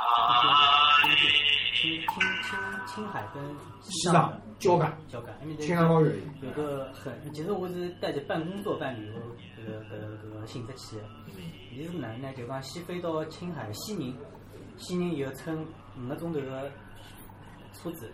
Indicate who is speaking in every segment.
Speaker 1: 啊
Speaker 2: 青青青青海跟
Speaker 1: 西藏交感，
Speaker 2: 交感，因为这
Speaker 1: 青藏高原。
Speaker 2: 有个很，其实我是带着半工作半旅游搿个搿个搿个性质去的。伊是哪能呢？就讲先飞到青海西宁，西宁以后乘五个钟头的车子，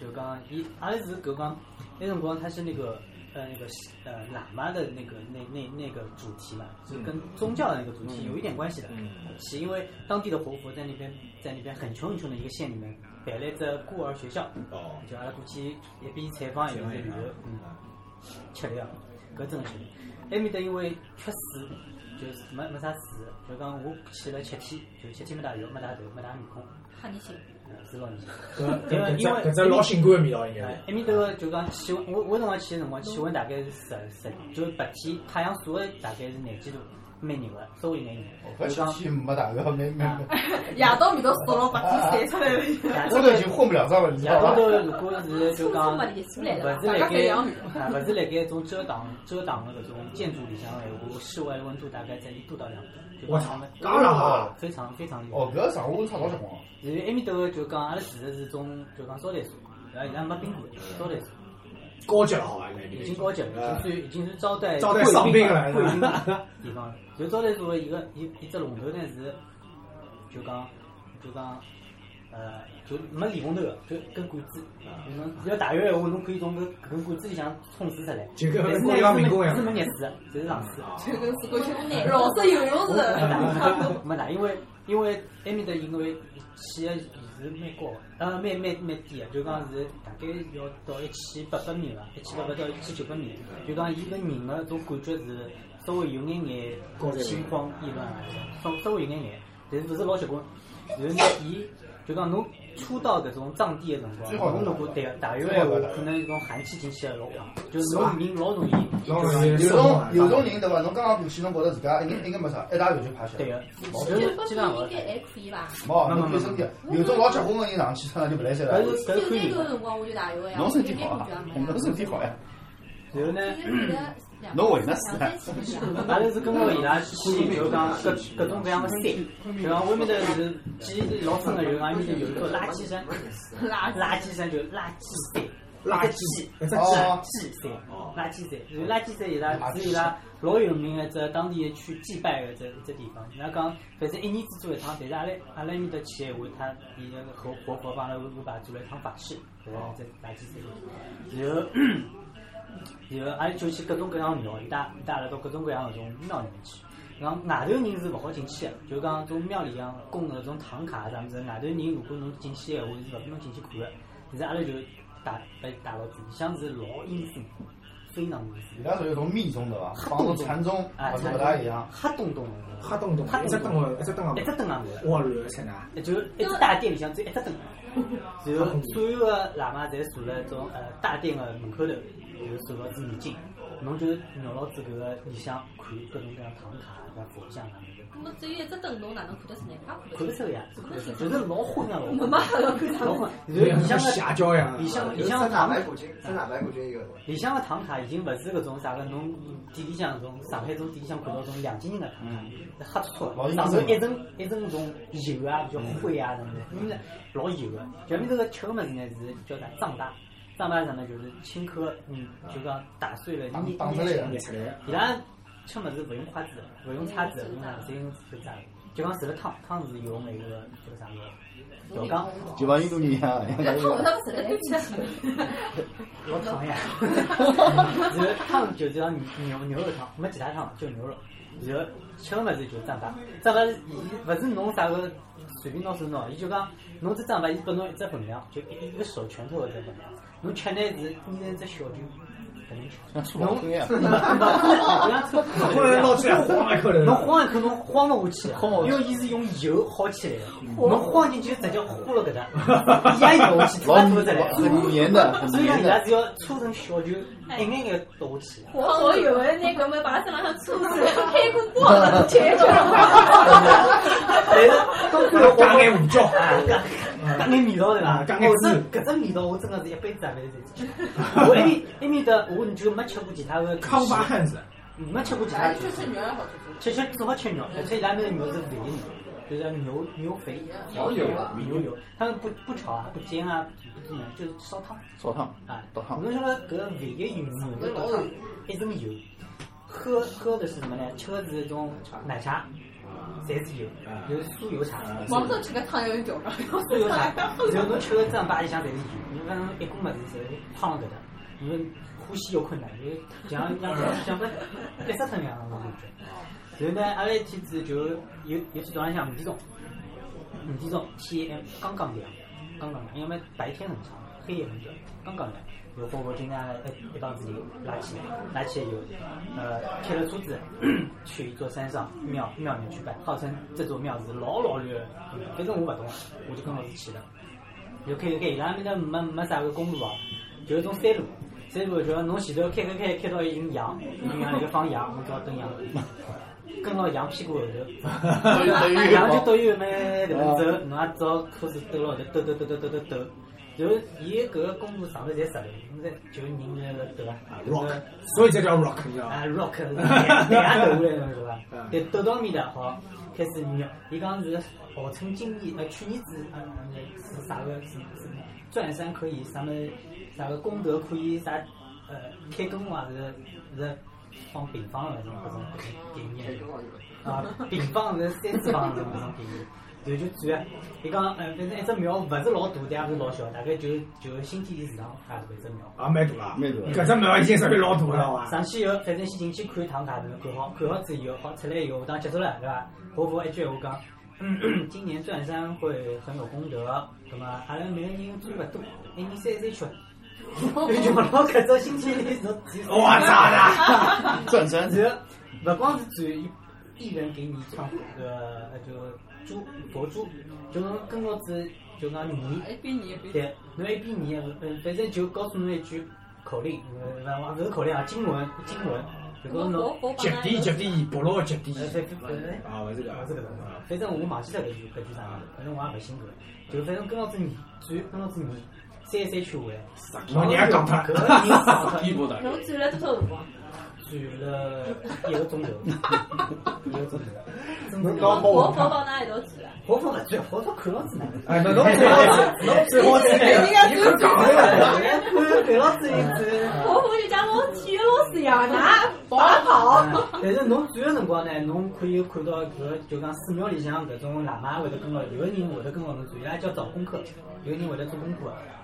Speaker 2: 就讲伊阿拉是搿讲，那辰光它是那个呃那个呃喇嘛的那个那那那个主题嘛，就跟宗教的那个主题有一点关系的。
Speaker 3: 嗯
Speaker 2: 是因为当地的活佛在那边在那边很穷很穷的一个县里面摆了一只孤儿学校，
Speaker 3: 哦，
Speaker 2: 就阿拉过去一边采访一边在旅游，嗯，吃力啊，搿真的吃力。埃面搭因为缺水，就是没没啥水，就讲我去了七天，就七天没洗浴，没洗头，没洗面孔，
Speaker 4: 吓你心，
Speaker 2: 呃是老严重。
Speaker 1: 搿
Speaker 2: 因为
Speaker 1: 搿只
Speaker 2: 因为
Speaker 1: 搿只老辛苦的味道应该
Speaker 2: 哎
Speaker 1: 是。
Speaker 2: 埃面搭个就讲气温，我我辰光去个辰光气温大概是十十，就是白天太阳晒的大概是廿几度，蛮热个，稍微有眼热。
Speaker 5: 搿
Speaker 2: 就讲
Speaker 5: 七天没大个，没没，
Speaker 4: 夜到味道烧了，白天晒出来了。
Speaker 2: 夜
Speaker 5: 我都已经混不了账了，你知
Speaker 2: 夜
Speaker 5: 道
Speaker 2: 到
Speaker 5: 吧？
Speaker 2: 头如果是就讲，勿是辣盖，啊，勿是辣盖种遮挡遮挡的搿种建筑里向的闲话，室外温度大概在一度到两度，就
Speaker 1: 我操，嘎啦啊！
Speaker 2: 非常非常厉害。
Speaker 5: 哦，搿上午差老结棍哦。
Speaker 2: 然后埃面搭个就讲，阿拉住的是种就讲招待所，然后伊拉没宾馆，招待所
Speaker 1: 高级了好吧？应该
Speaker 2: 已经高级了，已经是已经是招待
Speaker 1: 招待上宾了
Speaker 2: 贵宾 地方。就招待所的一个一一只龙头呢是，就讲就讲。呃，就没连龙头的，就根管子，就侬只要大约闲话，侬可以从搿搿根管子里向冲水出来。
Speaker 1: 就跟
Speaker 2: 但是
Speaker 1: 国家民工
Speaker 2: 呢，
Speaker 1: 一样
Speaker 2: 是。没热水，只是冷水。
Speaker 4: 就跟是过去老式游泳池，
Speaker 2: 没打，因为因为埃面搭因为起个是蛮高的，呃，蛮蛮蛮低的，就讲是大概要到一千八百米吧，一千八百到一千九百米，就讲伊个人个种感觉是稍微有眼眼心慌意乱啊，稍稍微有眼眼，但是勿是老结棍。然后呢，伊就讲侬初到搿种藏地的辰
Speaker 5: 最
Speaker 2: 光，
Speaker 5: 好
Speaker 2: 侬如果对大约闲话，可能搿种寒气进去了老快，就是侬人老容易
Speaker 1: 老容易
Speaker 5: 有种有种人对伐？侬刚刚过去，侬觉着自家一眼一眼没啥，一大头就趴下。
Speaker 2: 对个，就
Speaker 4: 这
Speaker 2: 是基本上勿
Speaker 4: 应该还可以吧？
Speaker 5: 冇，哦侬看身体，有种老结棍的人上去，他就不来塞了
Speaker 2: 搿。是搿是看人
Speaker 4: 九三头
Speaker 2: 的。
Speaker 4: 辰光我就打
Speaker 2: 嗯
Speaker 4: 游呀，
Speaker 5: 侬身体好
Speaker 4: 啊
Speaker 5: 啊，，侬身体好呀。
Speaker 2: 然后呢，
Speaker 4: 两三千
Speaker 2: 阿拉是跟牢伊拉去，就讲各各种各样的山，就讲外面头是记忆老深的，就讲埃面头有一座垃圾山，
Speaker 4: 垃圾
Speaker 2: 垃圾山就垃圾山，
Speaker 1: 垃圾，搿只
Speaker 5: 哦
Speaker 2: 垃，圾山，垃圾山，然后嗯哦垃圾山伊拉是伊拉老有名的，只当地去祭拜的这这地方。伊拉讲，反正一年只做一趟，但是阿拉阿拉埃面搭去的话，他伊那个活活佛帮阿拉安排做了一趟法事，在在垃圾山，然后。 然后阿拉就去各种各样的庙，伊带伊带阿拉到各种各样的种庙里面去。然后外头人是勿好进去的，就讲种庙里向供的种唐卡啥物事，外头人如果侬进去的话是勿拨侬进去看的。现在阿拉就带被带牢住，里向是老阴森，非常阴
Speaker 5: 伊
Speaker 2: 森，
Speaker 5: 拉属于种密宗 对伐？帮侬禅宗
Speaker 2: 啊，
Speaker 5: 好像不大一样。
Speaker 2: 黑洞洞的，
Speaker 1: 黑洞洞，一只灯哦，一只灯
Speaker 2: 一只
Speaker 1: 哦，
Speaker 2: 灯也没有。
Speaker 1: 哇，乱出呢！
Speaker 2: 就一只大殿里向只有一只灯，然后所有的喇嘛侪坐辣种呃大殿的门口头，然后做了支眼镜，侬就绕牢子搿个里向看各种各样唐卡、啥佛像啊，
Speaker 4: 那么只有一只灯笼，哪能看得出来？看不
Speaker 2: 看勿
Speaker 4: 出来。
Speaker 2: 出个呀，就是老昏啊，
Speaker 4: 没
Speaker 2: 老
Speaker 4: 嘛
Speaker 2: 昏，，老昏。然后
Speaker 1: 像
Speaker 2: 里向个
Speaker 1: 邪教一样。
Speaker 2: 里向里
Speaker 6: 有
Speaker 2: 向
Speaker 6: 三
Speaker 2: 个
Speaker 6: 大
Speaker 2: 唐
Speaker 6: 白骨精，三大白骨精一个人。
Speaker 2: 里向个唐卡已经勿是搿种啥个侬店里向种上海种店里向看到种两千人个唐卡，是黑搓
Speaker 5: 老
Speaker 2: 搓，
Speaker 5: 阴
Speaker 2: 上
Speaker 5: 森
Speaker 2: 头一层一层种油啊，比较灰啊什么的，因为老油个。前面这个吃个物事呢是叫啥藏大，藏大啥呢就是青稞，嗯，就讲打碎了
Speaker 5: 打
Speaker 2: 捏
Speaker 5: 打出
Speaker 2: 捏
Speaker 5: 来
Speaker 2: 成
Speaker 5: 的
Speaker 1: 捏出来，
Speaker 2: 伊拉吃物事勿用筷子，勿用叉子，勿用啥，只用手抓的。就讲除了汤，汤是用那个叫啥个调羹，
Speaker 3: 就帮印度人一样，
Speaker 4: 看不到实在对不起。
Speaker 2: 老烫 呀！然后汤就是讲牛牛肉汤，没其他汤，就牛肉。然后吃个物事就是糌粑，糌粑是伊勿是侬啥个随便拿手拿，伊就讲侬只糌粑伊拨侬一只分量，啊就一一个手拳头的只分量。侬吃呢是捏成一只小球，搿能吃。
Speaker 3: 老黑 呀，
Speaker 2: 侬像搓
Speaker 1: 后来 捞出来晃一口
Speaker 2: 侬
Speaker 1: 头，
Speaker 2: 晃一口，侬晃勿下去，啊因为伊是用油薅起来的，侬晃进去直接呼了搿搭，伊也游下去，
Speaker 3: 老
Speaker 2: 拉 拖出来。
Speaker 3: 很黏的，很
Speaker 2: 所以讲
Speaker 3: 黏
Speaker 2: 伊拉
Speaker 3: 的。
Speaker 2: 只要搓成小球，一眼眼倒下去。
Speaker 4: 我所有的那个没把身上出子开过光了，全全
Speaker 2: 但是到最后
Speaker 1: 加眼胡椒，
Speaker 2: 啊，搿眼味道对伐？
Speaker 1: 啊加眼
Speaker 2: 哦
Speaker 1: 汁
Speaker 2: 这搿只味道我真的是一辈子也勿会再吃。 我埃面埃面搭我就没吃过其他的，
Speaker 1: 康巴汉子，
Speaker 2: 哎没吃过其他的。
Speaker 4: 肉还好
Speaker 2: 吃
Speaker 4: 吃。
Speaker 2: 吃只好吃肉，而且伊拉面的肉是肥的肉，就叫牛牛肥
Speaker 6: 牛
Speaker 2: 哦
Speaker 6: 油啊
Speaker 2: 牛油，他们不不炒啊，不煎啊，不怎么样，就是烧汤
Speaker 3: 烧汤，
Speaker 2: 啊。
Speaker 3: 烧
Speaker 2: 我
Speaker 3: 汤，
Speaker 2: 们晓得搿肥的油牛的烧汤一身油，喝喝的是什么呢？吃的是一种奶茶，侪是油，有酥油茶。
Speaker 4: 网上吃个汤啊有一 种，
Speaker 2: 都有啥？ 然后侬吃个正八里向侪是油，你反正一股物事侪胖了搿搭，你们呼吸有困难，就像像像个憋死脱一样，我感觉。然后呢，阿拉一天子就有有天早浪向五点钟，五点钟天还刚刚亮，刚刚亮，因为白天很长，黑夜很短，刚刚亮。有火锅今天呃一一帮子人拉起来，拉起来有呃开了车子 去一座山上庙庙里去拜，号称这座庙是老老绿的，反正我不懂，我就跟老师去了。就开开开，伊拉面搭没没啥个公路哦，就是种山路。山路就是侬前头开开开开到一群羊，一群羊辣盖放羊，侬就要跟羊，跟牢羊屁股后头，
Speaker 3: 等于等于
Speaker 2: 羊就兜远慢慢慢走，侬也只好车子兜牢头兜兜兜兜兜兜兜。然后伊搿个公路上头侪石头，侬在就人辣辣兜啊，
Speaker 1: rock，所以这叫 rock，你知道吗？
Speaker 2: 啊，rock，哪抖来侬是伐？对，抖到面搭好，开始牛，伊讲是号称今年呃去年子啊是啥个是是钻山可以啥么啥个功德可以啥呃开根啊是是放平方了这种各种概念。啊，平方是三次方那种概念。然后就转，伊讲，呃，反正一只庙勿是老大，但也勿是老小，大概就就新天地市场啊，一只庙。
Speaker 1: 啊，蛮大了，
Speaker 3: 蛮大了
Speaker 1: 搿只庙已经属于老大了，好伐？
Speaker 2: 上去以后，反正先进去看一趟卡子，看好，看好之后以后，好出来以后，当结束了，对伐？活佛一句闲话讲， 嗯，今年转山会很有功德，那么阿拉每个人赚勿多，一年三三 圈，就老搿只星期里头，
Speaker 1: 我操
Speaker 3: 转山
Speaker 2: 然后不光是转一一人给你唱个呃就珠佛珠，就跟我子就讲你。
Speaker 4: 一边哎你一边
Speaker 2: 对，侬一边念，嗯，反正就告诉侬一句口令，呃，勿是口令啊，经文，经文，就告诉侬，
Speaker 4: 我我
Speaker 1: 极地极地，部落极地
Speaker 2: 呃，反正反正，
Speaker 1: 啊，勿是搿，
Speaker 2: 勿
Speaker 1: 勿
Speaker 2: 是搿种，反正我忘记了搿句搿句啥了，反正我也勿清楚了，就反正跟牢子念，转跟牢子念，三三圈下来，
Speaker 1: 我娘讲
Speaker 2: 搿
Speaker 1: 脱，
Speaker 2: 个人上脱
Speaker 7: 波的
Speaker 4: 侬转了多少辰光？
Speaker 2: 转了一个钟头，一个钟头，真
Speaker 4: 侬
Speaker 2: 的
Speaker 4: 活佛帮㑚一道转啊？
Speaker 2: 活佛勿转，活佛看牢子呢。
Speaker 1: 哎，那侬最好是，侬最好是，你可讲了，
Speaker 2: 看看牢子一转，
Speaker 4: 活佛就像我体育老师一样，㑚 拔跑。
Speaker 2: 但是侬转的辰光呢，侬可以看到搿个就讲寺庙里向搿种喇嘛会得跟牢，有个人会得跟牢侬转，伊拉叫找功课，有个人会得做功课，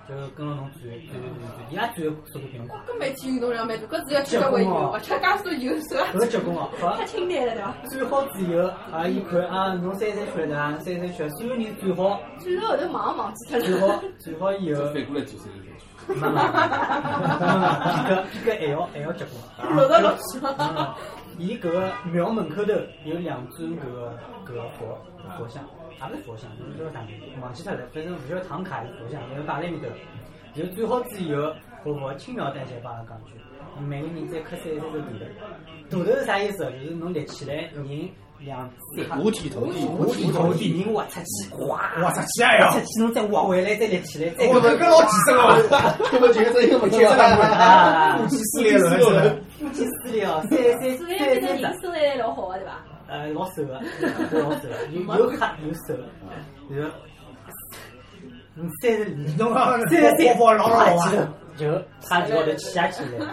Speaker 2: 就跟牢侬转转转转，伊拉转的速度比侬快。
Speaker 4: 搿每天运动量蛮大，搿只要吃个胃油，勿吃加多油算
Speaker 2: 搿个结棍哦，好
Speaker 4: 太，清淡了对伐？
Speaker 2: 转好之后，啊，伊看啊，侬三三圈的，三三圈，所有人转好，
Speaker 4: 转到后头马上忘记脱
Speaker 2: 转
Speaker 4: 了。
Speaker 2: 好，转好以后，
Speaker 7: 反过来九十年
Speaker 2: 慢慢，慢慢，搿搿还要还要结棍。
Speaker 4: 落到落去
Speaker 2: 嗯伊搿个庙门口头有两尊搿个搿个佛佛像，也勿是佛像，就是叫啥名字，忘记脱了。反正勿晓得唐卡是佛像，然后摆辣埃面头。然后转好之以后，婆婆轻描淡写帮阿拉讲一句，每个人再磕三十个大头。大头是啥意思？就是侬立起来，人两三
Speaker 3: 五体投地，
Speaker 2: 五体投地，人滑出去，哗，
Speaker 1: 我操，起来
Speaker 2: 出
Speaker 1: 哟！
Speaker 2: 去侬再滑回来，再立起来，再
Speaker 1: 我们跟老几声了，
Speaker 5: 根本就是一个不接
Speaker 2: 啊，
Speaker 1: 夫妻撕裂了，真的。
Speaker 2: 夫妻撕裂哦，三三
Speaker 4: 所以搿
Speaker 2: 三三
Speaker 4: 个
Speaker 2: 十
Speaker 4: 人。生来老好个啊对伐？
Speaker 2: 呃，老手个，老手个，有有卡有手，然后，嗯，三十里，
Speaker 1: 侬讲
Speaker 2: 三十
Speaker 1: 这
Speaker 2: 三，
Speaker 1: 火老老啊
Speaker 2: 啊，，就他就我头起下去了。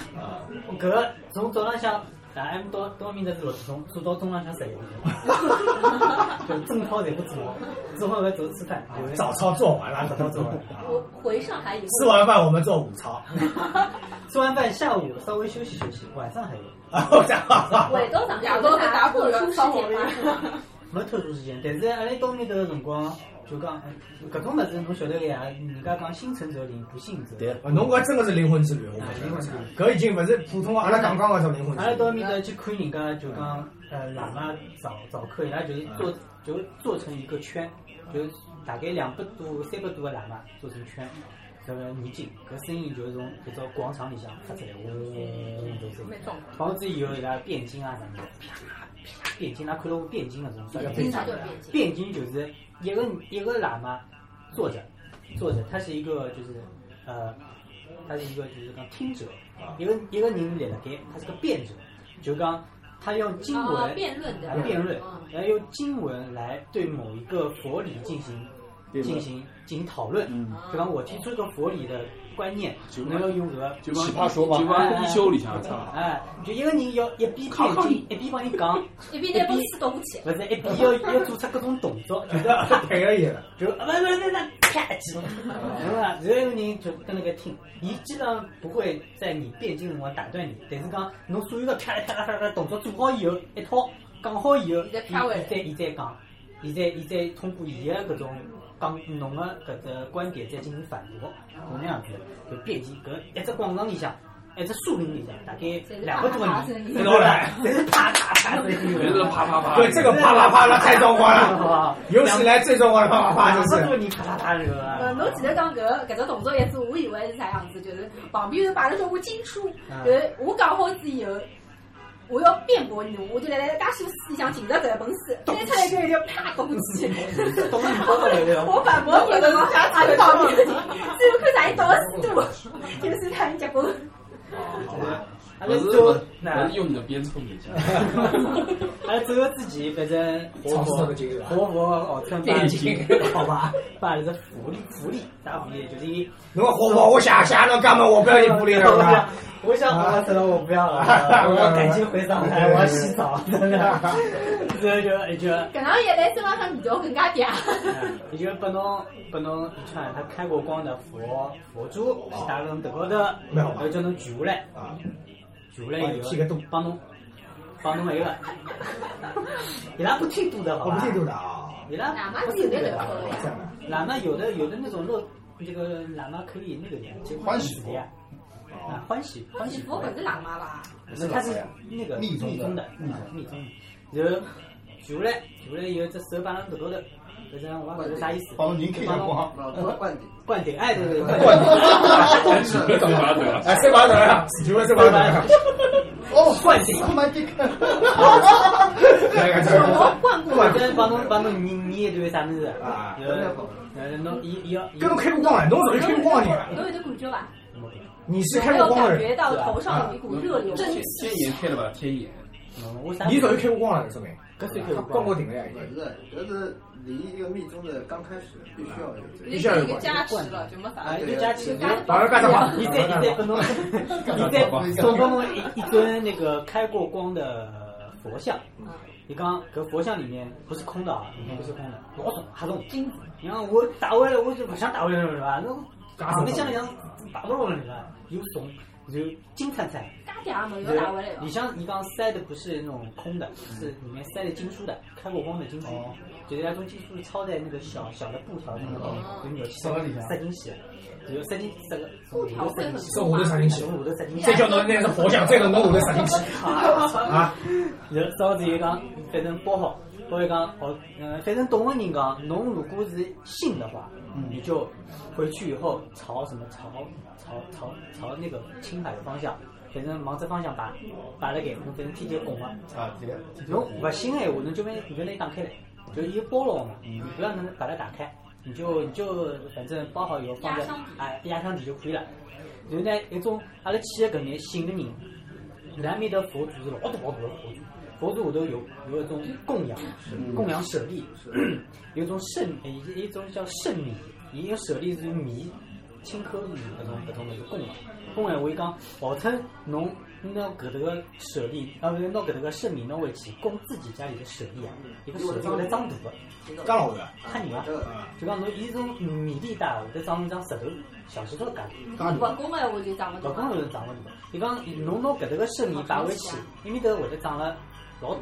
Speaker 2: 搿个从早浪向，大 M 到到面头是六点钟，做到中浪向十一点钟，就正操侪不做，做好后走吃饭，就
Speaker 1: 早操做完了，早操做完了。啊
Speaker 4: 我回上海以
Speaker 1: 吃
Speaker 4: 后，
Speaker 1: 完饭我们做午操。
Speaker 2: 吃完饭下午稍微休息休息，晚上还有。
Speaker 1: 啊，我操！
Speaker 4: 回到上海
Speaker 8: 夜到再打
Speaker 4: 破
Speaker 8: 破
Speaker 4: 了舒
Speaker 8: 了
Speaker 4: 适
Speaker 8: 生活
Speaker 4: 点嘛。
Speaker 2: 没特殊事件，但是阿拉到面头个辰光，就讲哎搿种物事侬晓得个呀，人家讲心诚则灵，不信则
Speaker 3: 对
Speaker 1: 侬搿真的是灵魂之旅，我
Speaker 2: 啊
Speaker 1: 觉
Speaker 2: 灵魂之旅
Speaker 1: 得搿已经勿是普通的阿拉刚刚搿种灵魂之
Speaker 2: 阿拉到
Speaker 1: 旅。
Speaker 2: 面搭去看人家，就讲呃喇嘛早早课，伊拉就是做就做成一个圈，就大概两百多、三百多个喇嘛做成圈，这个念经，搿声音就是从搿种广场里向发出来，嗡嗡嗡嗡嗡嗡。房子以后伊拉变经啊啥物事，啪啪变经，㑚看到过变经搿种啥叫变
Speaker 4: 经
Speaker 2: 经
Speaker 4: 常？就变紧。
Speaker 2: 变经就是一个一个喇嘛坐着坐着，他是一个就是呃，他是一个就是讲听者，一个一个人立了该，他是个辩者，就讲他用经
Speaker 4: 啊
Speaker 2: 文
Speaker 4: 辩论的
Speaker 2: 辩论
Speaker 4: 嗯，
Speaker 2: 然后用经文来对某一个佛理进行
Speaker 3: 辩论
Speaker 2: 进行进行讨论。
Speaker 3: 嗯，
Speaker 2: 比
Speaker 4: 哦
Speaker 2: 方我提出一个佛理的观念，
Speaker 7: 就
Speaker 2: 能够用个
Speaker 7: 就帮
Speaker 3: 奇葩说吧
Speaker 7: 就帮一修理一下，操！
Speaker 2: 哎，就一个人要一边辩经，一边帮你讲，
Speaker 4: 一边拿本书读下去，
Speaker 2: 不是一边要要做出各种动作，就是啊
Speaker 1: 配合 伊了，
Speaker 2: 就啊不不不不啪几， 对吧？然后人就跟那个听，伊基本上不会在你辩经辰光打断你，但是讲侬所有的啪啦啪啦啪啦动作做好以后，一套讲好以后，伊
Speaker 4: 再啪回来
Speaker 2: 再伊再讲，伊再伊再通过伊的搿种讲侬的搿只观点再进行反驳，搿能样子就辩经搿一只广场里向。一只树林里向，大概两百多个 人，一道来，侪是啪啪啪声音，
Speaker 7: 人是啪 啪啪，
Speaker 1: 对这个啪啦啪啦太壮观了，尤其来最壮观的啪啪啪
Speaker 2: 两
Speaker 1: 就
Speaker 2: 百多
Speaker 1: 是，
Speaker 2: 个人啪啪啪这
Speaker 4: 呃，
Speaker 2: 个，啊
Speaker 4: 侬前头讲搿搿只动作也是，我以为是啥样子，就是旁边是摆了交关经书，就是我讲好子以后，我要辩驳侬，我就来来介许书里向寻着搿本书，拿出来之后就啪咚起。
Speaker 2: 懂你懂的对伐？
Speaker 4: 我反驳你了吗？还是倒你？最后看啥一倒死多，就是他们结婚。
Speaker 7: 哦好吧
Speaker 2: 阿拉
Speaker 7: 我是
Speaker 2: 走，
Speaker 7: 我
Speaker 2: 那
Speaker 7: 是用你的鞭策你一下，
Speaker 2: 阿拉走个之前，反正活
Speaker 1: 尝试
Speaker 2: 佛
Speaker 1: 那个经历吧
Speaker 2: 活佛号称
Speaker 1: 电竞
Speaker 2: 好吧，把这个福利福利啥福利，就是
Speaker 1: 侬火火，我想想侬干嘛？我不要你福利了，是吧？
Speaker 2: 我想我死了，我不要了，我要赶紧回上海，我要洗澡，真的，这就也就
Speaker 4: 搿能也来身浪向味道更加嗲。
Speaker 2: 也就拨侬拨侬一串他开过光的佛佛珠，去打到侬头高头，
Speaker 1: 没有吧
Speaker 2: 然后叫侬举下来，
Speaker 1: 啊，
Speaker 2: 举下来以后
Speaker 1: 剃个度
Speaker 2: 帮侬帮侬一个，伊拉不剃度的好
Speaker 1: 我
Speaker 2: 吧？
Speaker 1: 不记得了啊，
Speaker 2: 伊拉
Speaker 4: 喇嘛
Speaker 2: 不
Speaker 4: 是有
Speaker 2: 剃度
Speaker 4: 那
Speaker 2: 的
Speaker 4: 个啊
Speaker 2: 好吧。
Speaker 4: 口
Speaker 1: 这样的。
Speaker 2: 喇嘛有的有的那种肉，这个喇嘛可以那个呀，就
Speaker 5: 欢喜
Speaker 2: 的呀，啊，欢喜欢喜
Speaker 4: 佛
Speaker 2: 佛
Speaker 4: 本是喇嘛吧？
Speaker 2: 那它是那个
Speaker 5: 密宗的
Speaker 2: 的，密宗密宗的。然后举下来，举下来以后，这手摆上头高头，就是我也不晓得啥意思，
Speaker 5: 帮侬人开上光，
Speaker 6: 老灌顶，
Speaker 2: 灌顶，哎，对对对，
Speaker 5: 灌
Speaker 2: 顶，
Speaker 7: 嘴巴嘴巴嘴巴，
Speaker 1: 哎，谁把头呀？请问谁把头呀？
Speaker 5: 哦，
Speaker 2: 灌顶。
Speaker 5: 他妈这个，
Speaker 1: 来
Speaker 4: 我灌过
Speaker 2: 反正帮侬帮侬捏捏一堆啥么子
Speaker 1: 啊
Speaker 2: 然后然后侬伊伊要伊
Speaker 1: 跟侬开过光了，侬属于开过光的人，
Speaker 4: 侬有点感觉伐？
Speaker 2: 没有
Speaker 1: 你是
Speaker 4: 有
Speaker 1: 开
Speaker 4: 没
Speaker 1: 过
Speaker 4: 有
Speaker 1: 光的
Speaker 4: 感
Speaker 1: 人，
Speaker 4: 觉到头上有一股热流？
Speaker 7: 天天眼开了吧？天眼，
Speaker 2: 没我啥
Speaker 1: 你属于开过光的人，说明
Speaker 2: 搿是
Speaker 1: 他
Speaker 2: 有
Speaker 1: 啊光过
Speaker 2: 关
Speaker 1: 顶了呀，已
Speaker 6: 不
Speaker 1: 经。
Speaker 6: 是，这是离一个密宗的刚开始必须要有这个。
Speaker 1: 一下就关。
Speaker 8: 加持了，就没法
Speaker 2: 啊，。一家起来。
Speaker 1: 老师干什么？
Speaker 2: 你再你再分钟，你再送分钟一一尊那个开过光的佛像，你刚搿佛像里面不是空的啊，里面不是空的，老重还重。金子，你看我打回来，我就不想打回来了是吧？那长啊得像那样
Speaker 1: 啊
Speaker 2: 打不动了是吧？又重又金灿灿。
Speaker 4: 加嗲没有打回来
Speaker 2: 对，
Speaker 4: 了
Speaker 2: 你。像你刚塞的不是那种空的，是里面塞的金属的，开过光的金属，就是它从金属抄在那个小小的布条上面，就扭起
Speaker 5: 塞到里向
Speaker 2: 塞进去，比如塞进塞个
Speaker 4: 布条
Speaker 2: 塞进
Speaker 4: 很
Speaker 2: 去，
Speaker 1: 送我的闪灵石
Speaker 2: 从，五头塞进去，
Speaker 1: 再叫侬那是佛像，再叫侬我的闪灵石啊！
Speaker 2: 然后烧纸讲，反正包好，包一讲哦，嗯，反正懂的人讲，侬如果是信的话，你就回去以后朝什么朝朝朝朝那个青海的方向，反正往这方向摆，摆了给侬，反正天天拱了。
Speaker 5: 啊，这个，
Speaker 2: 侬勿信的闲话，侬就拿你就拿伊打开来，就是伊包牢嘛，你不要能把它打开，你就你就反正包好以后放在
Speaker 4: 压箱底
Speaker 2: 哎压箱底就可以了。然后呢，有种阿拉去的搿眼信的人，伊拉埃面头佛祖是老大老大的佛祖，佛祖下头有有一种供养供养舍利， 有一种圣哎一一种叫圣米，伊个舍利是米。青稞米搿种搿种物事供养，供养我一讲，号称侬拿搿头个舍利，啊勿是拿搿头个圣米拿回去供自己家里的舍利啊，一个舍利会得长大个，
Speaker 1: 干老的，啊
Speaker 2: 吓人伐？
Speaker 1: 嗯
Speaker 6: 这个
Speaker 2: 就讲侬伊是种米粒大，会得长成一张石头，小石头介大。
Speaker 4: 勿公的我就长勿
Speaker 2: 老
Speaker 4: 大。
Speaker 2: 讲勿是长勿大，伊讲侬拿搿头个圣米摆回去，伊面头会得长了老大，